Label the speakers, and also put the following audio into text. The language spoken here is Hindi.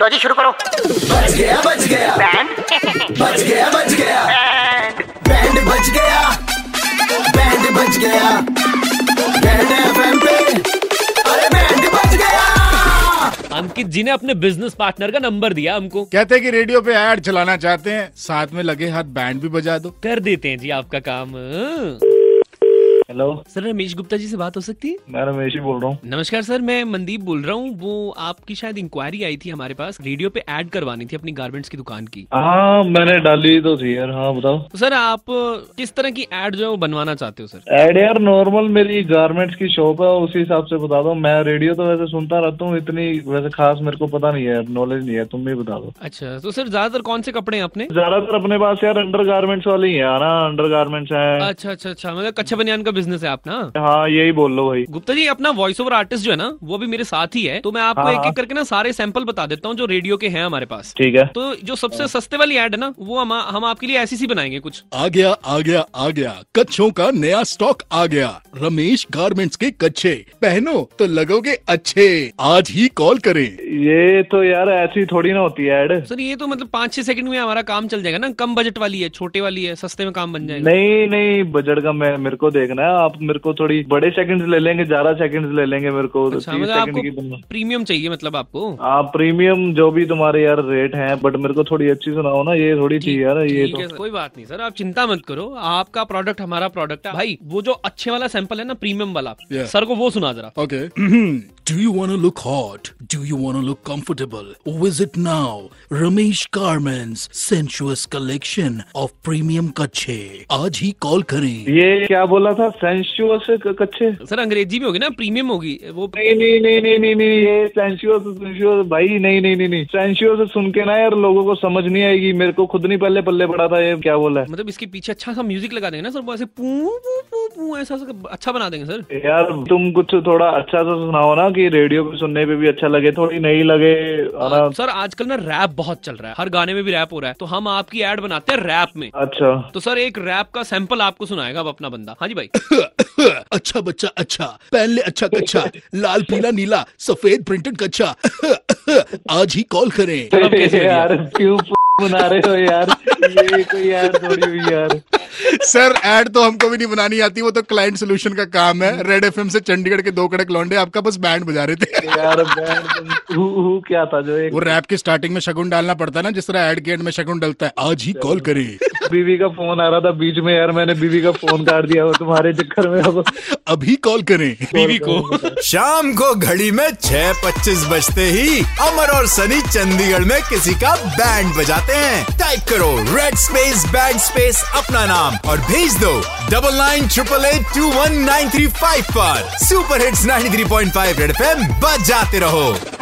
Speaker 1: लो जी शुरू करो
Speaker 2: बच गया बच गया
Speaker 1: बैंड
Speaker 2: बच गया बच गया बैंड बच गया बैंड बच गया बैंड एफएम पे अरे बैंड बच गया
Speaker 3: अंकित जी ने अपने बिजनेस पार्टनर का नंबर दिया हमको
Speaker 4: कहते हैं कि रेडियो पे ऐड चलाना चाहते हैं साथ में लगे हाथ बैंड भी बजा दो
Speaker 3: कर देते हैं जी आपका काम हाँ।
Speaker 5: हेलो
Speaker 3: सर रमेश गुप्ता जी से बात हो सकती है
Speaker 5: मैं रमेश ही बोल रहा हूँ
Speaker 3: नमस्कार सर मैं मनदीप बोल रहा हूँ वो आपकी शायद इंक्वायरी आई थी हमारे पास रेडियो पे ऐड करवानी थी अपनी गारमेंट्स की दुकान की
Speaker 5: हाँ मैंने डाली तो थी यार हाँ बताओ
Speaker 3: तो सर आप अ, किस तरह की ऐड जो है वो बनवाना चाहते हो सर
Speaker 5: एड यार नॉर्मल मेरी गारमेंट्स की शॉप है उसी हिसाब से बता दो मैं रेडियो तो वैसे सुनता रहता हूँ इतनी वैसे खास मेरे को पता नहीं है नॉलेज नहीं है तुम ही बता दो
Speaker 3: अच्छा तो सर ज्यादातर कौन से कपड़े हैं अपने
Speaker 5: ज्यादातर अपने पास यार अंडर गारमेंट्स वाले ही है ना अंडर गारमेंट्स है
Speaker 3: अच्छा अच्छा अच्छा मतलब कच्छा बनियान का बिजनेस है आप ना
Speaker 5: हाँ यही बोल लो भाई
Speaker 3: गुप्ता जी अपना वॉइस ओवर आर्टिस्ट जो है ना वो भी मेरे साथ ही है तो मैं आपको
Speaker 5: हाँ,
Speaker 3: एक
Speaker 5: हाँ।
Speaker 3: एक करके ना सारे सैंपल बता देता हूँ जो रेडियो के हैं हमारे पास
Speaker 5: ठीक है
Speaker 3: तो जो सबसे सस्ते वाली ऐड है ना वो हम हम आपके लिए ऐसी सी बनाएंगे कुछ
Speaker 4: आ गया आ गया आ गया कच्छों का नया स्टॉक आ गया रमेश गारमेंट्स के कच्छे पहनो तो लगोगे अच्छे आज ही कॉल करें
Speaker 5: ये तो यार ऐसी थोड़ी ना होती है एड
Speaker 3: सर ये तो मतलब पाँच छह सेकंड में हमारा काम चल जाएगा ना कम बजट वाली है छोटे वाली है सस्ते में काम बन जाएगा
Speaker 5: नहीं नहीं बजट का मैं मेरे को देखना है आप मेरे को थोड़ी बड़े सेकंड्स ले लेंगे ज्यादा सेकंड्स ले लेंगे मेरे को तो
Speaker 3: अच्छा
Speaker 5: तीस
Speaker 3: मतलब
Speaker 5: सेकंड की बनवा-
Speaker 3: आपको प्रीमियम चाहिए मतलब आपको
Speaker 5: हाँ प्रीमियम जो भी तुम्हारे यार रेट हैं बट मेरे को थोड़ी अच्छी सुनाओ ना ये थोड़ी थी यार ये
Speaker 3: ठीक है सर,
Speaker 5: तो
Speaker 3: कोई बात नहीं सर आप चिंता मत करो आपका प्रोडक्ट हमारा प्रोडक्ट है भाई वो जो अच्छे वाला सैंपल है ना प्रीमियम वाला
Speaker 4: Yeah.
Speaker 3: सर को वो सुना जरा
Speaker 4: Okay. Do you want to look hot? Do you want to look comfortable? Visit now Ramesh Garments sensuous collection of premium कच्छे आज ही कॉल करें
Speaker 5: ये क्या बोला था सेंशुअस कच्चे
Speaker 3: सर अंग्रेजी में होगी ना प्रीमियम होगी वो
Speaker 5: नहीं नहीं नहीं नहीं नहीं नहीं ये सेंशुअस सेंशुअस भाई नहीं नहीं नहीं नहीं सेंशुअस सुन के ना यार लोगों को समझ नहीं आएगी मेरे को खुद नहीं पहले पल्ले पड़ा था ये क्या बोला
Speaker 3: मतलब इसके पीछे अच्छा सा म्यूजिक लगा देंगे ना सर वो ऐसे पू पू पू पू ऐसा ऐसा अच्छा बना देंगे सर
Speaker 5: है यार तुम कुछ थोड़ा अच्छा सा सुनाओ ना कि रेडियो पे सुनने पे भी अच्छा लगे थोड़ी नहीं लगे है ना
Speaker 3: सर आजकल ना रैप बहुत चल रहा है हर गाने में भी रैप हो रहा है तो हम आपकी एड बनाते हैं रैप में
Speaker 5: अच्छा
Speaker 3: तो सर एक रैप का सैंपल आपको सुनाएगा अब अपना बंदा हाँ जी भाई
Speaker 4: अच्छा बच्चा अच्छा पहन ले अच्छा कच्छा लाल पीला नीला सफेद प्रिंटेड कच्छा आज ही कॉल करें
Speaker 3: अब कैसे लगी?
Speaker 5: यार क्यों बना रहे हो यार ये कोई यार थोड़ी हुई यार
Speaker 4: सर एड तो हमको भी नहीं बनानी आती वो तो क्लाइंट सोल्यूशन का काम है रेड एफ से चंडीगढ़ के दो कड़क लौंडे आपका बस बैंड बजा रहे थे
Speaker 5: यार बैंड तुम- हु हु क्या था जो एक
Speaker 4: वो रैप के स्टार्टिंग में शगुन डालना पड़ता है ना जिस तरह एड के एंड में शगुन डलता है आज ही कॉल करें
Speaker 5: बीवी का फोन आ रहा था बीच में यार मैंने बीवी का फोन काट दिया वो तुम्हारे चक्कर में अब
Speaker 4: अभी कॉल करें
Speaker 3: बीवी को
Speaker 6: शाम को घड़ी में छह पच्चीस बजते ही अमर और सनी चंडीगढ़ में किसी का बैंड बजाते हैं टाइप करो रेड स्पेस बैंड स्पेस अपना नाम और भेज दो double nine triple eight two one nine three five पर super hits 93.5 three point five red F बजाते रहो